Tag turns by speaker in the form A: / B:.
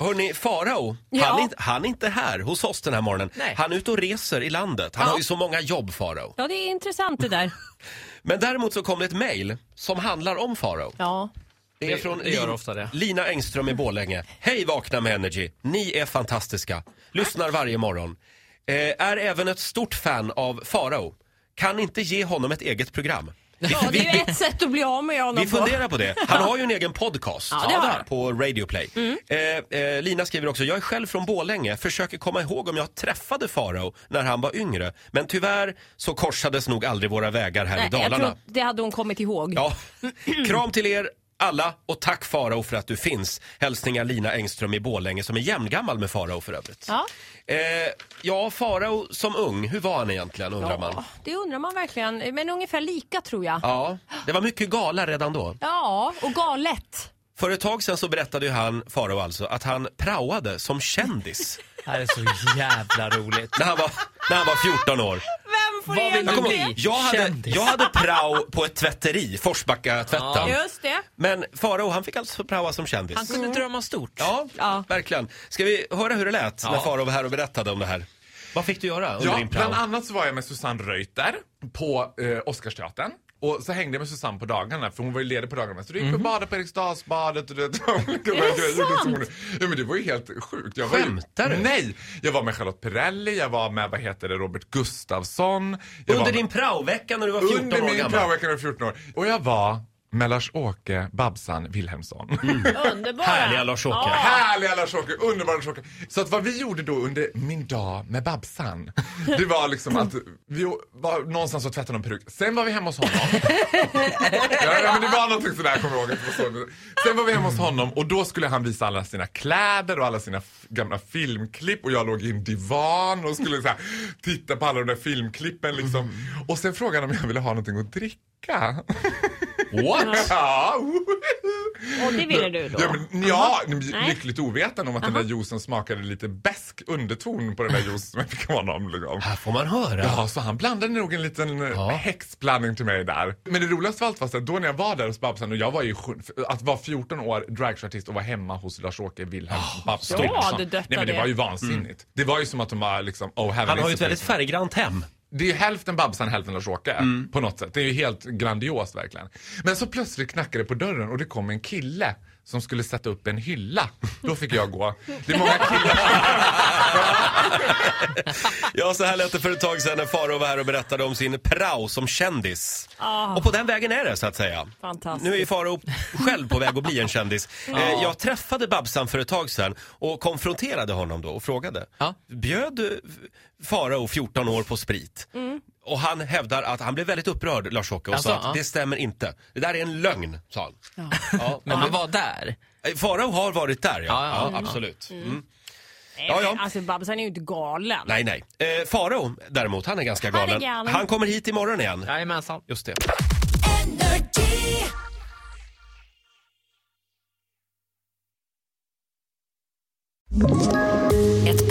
A: Hörni, Farao, han,
B: Ja.
A: är inte- han är inte här hos oss den här morgonen.
C: Nej.
A: Han är ute och reser i landet. Han
B: Ja.
A: har ju så många jobb, Farao.
B: Ja, det är intressant det där.
A: Men däremot så kom det ett mejl som handlar om Farao.
B: Ja.
A: Det är
C: Det-
A: från
C: det gör ofta det.
A: Lina Engström i Borlänge. Hej Vakna med Energy! Ni är fantastiska. Lyssnar varje morgon. Eh, är även ett stort fan av Farao. Kan inte ge honom ett eget program.
B: ja, det är ju ett sätt att bli av med honom
A: Vi funderar på det. Han har ju en egen podcast
B: Ja, det har han. Mm.
A: på Radioplay. Eh, eh, Lina skriver också, jag är själv från Borlänge, försöker komma ihåg om jag träffade Farao när han var yngre. Men tyvärr så korsades nog aldrig våra vägar här i
B: Nej, jag
A: Dalarna.
B: tror det hade hon kommit ihåg.
A: Ja. Kram till er alla och tack Farao för att du finns. Hälsningar Lina Engström i Borlänge som är jämngammal med Farao för övrigt.
B: Ja.
A: Eh, ja, Farao som ung, hur var han egentligen undrar man?
B: det undrar man verkligen. Men ungefär lika tror jag. Ja,
A: Ja, det var mycket gala redan då.
B: och galet.
A: För ett tag sedan så berättade ju han, Farao alltså, att han praoade som kändis
C: Det här är så jävla roligt.
A: när han var, när han var 14 år.
B: Vem får
C: Vad
B: det
C: vill
A: Jag,
B: ändå
A: kommer
C: bli?
A: ihåg, jag, hade,
C: Kändis.
A: jag hade prao på ett tvätteri, Forsbacka-tvätten.
B: bli? Just det.
A: Men Farao, han fick alltså praoa som kändis.
C: Han kunde drömma stort.
A: Ja,
B: Ja.
A: verkligen. Ska vi höra hur det lät när
C: Ja.
A: Farao var här och berättade om det här? Vad fick du göra under
D: Ja,
A: din prao?
D: bland annat så var jag med Susanne Reuter på eh, Oscarsteatern. Och så hängde jag med Susanne på dagarna, för hon var ju ledig på dagarna. Så du
A: Mhm.
D: gick vi och badade på Eriksdalsbadet och du vet... och jag gjorde som hon- Ja men det var ju helt sjukt. Jag var ju-
A: Skämtar du?
D: Nej! Jag var med Charlotte Perrelli, jag var med, vad heter det, Robert Gustafsson. Jag var
A: Under
D: med-
A: din praovecka när du var 14
D: Under
A: år
D: min
A: gammal?
D: praovecka när jag var 14 år. Och jag var med Lars-Åke Babsan Wilhelmsson.
A: Mm.
B: Underbara.
A: Härliga Lars-Åke.
D: Härliga Lars-Åke, underbara Lars-Åke. Så att vad vi gjorde då under min dag med Babsan, det var liksom att vi var någonstans och tvättade någon peruk. Sen var vi hemma hos honom. ja, ja, men det var någonting sådär, jag kommer ihåg. att det var så. Sen var vi hemma hos honom och då skulle han visa alla sina kläder och alla sina f- gamla filmklipp och jag låg i en divan och skulle så här, titta på alla de där filmklippen liksom. Och sen frågade han om jag ville ha någonting att dricka.
A: What?
D: ja,
B: Och det ville du då?
D: Ja, men, ja men
B: Nej.
D: lyckligt ovetande om att den där juicen smakade lite bäsk underton på den där juicen som jag fick av honom. Liksom.
A: Här får man höra.
D: Ja, så han blandade nog en liten
A: Ja.
D: ja. häxblandning till mig där. Men det roligaste av allt var att då när jag var där hos Babsan och jag var ju sju- att vara 14 år dragartist och vara hemma hos Lars-Åke Wilhelm Babsan.
B: stort. Ja, du
D: Nej
B: döttar
D: men det
B: det.
D: var ju vansinnigt. Det var ju som att de var liksom oh, heaven
A: Han
D: is
A: har ju
D: a
A: ett väldigt
D: place.
A: färggrant hem.
D: Det är ju hälften Babsan, hälften Lars-Åke. På något sätt. Det är ju helt grandiost verkligen. Men så plötsligt knackade det på dörren och det kom en kille som skulle sätta upp en hylla. Då fick jag gå. Det är många killar.
A: Ja, så här lät det för ett tag sedan när Farao var här och berättade om sin prao som kändis. Och på den vägen är det, så att säga.
B: Ah. Fantastiskt.
A: Nu är ju Farao själv på väg att bli en kändis. Eh, Jag träffade Babsan för ett tag sedan och konfronterade honom då och frågade.
C: Ja.
A: Bjöd eh, Farao, 14 år, på sprit?
B: Mm.
A: Och han hävdar att han blev väldigt upprörd, Lars-Åke, och
C: Alltså,
A: sa att
C: ja.
A: det stämmer inte. Det där är en lögn, sa han. Ja.
C: Men han var där.
A: Eh, Farao har varit där, ja.
C: Ja, ja,
A: ja,
C: ja.
A: absolut. Mm.
B: Nej,
A: Ja, ja.
B: Alltså Babsan är ju inte galen.
A: Nej, nej. Eh, Farao däremot, han är ganska
B: Han är
A: galen.
B: galen.
A: Han kommer hit imorgon igen.
C: Jajamensan.
A: Just det.
E: Ett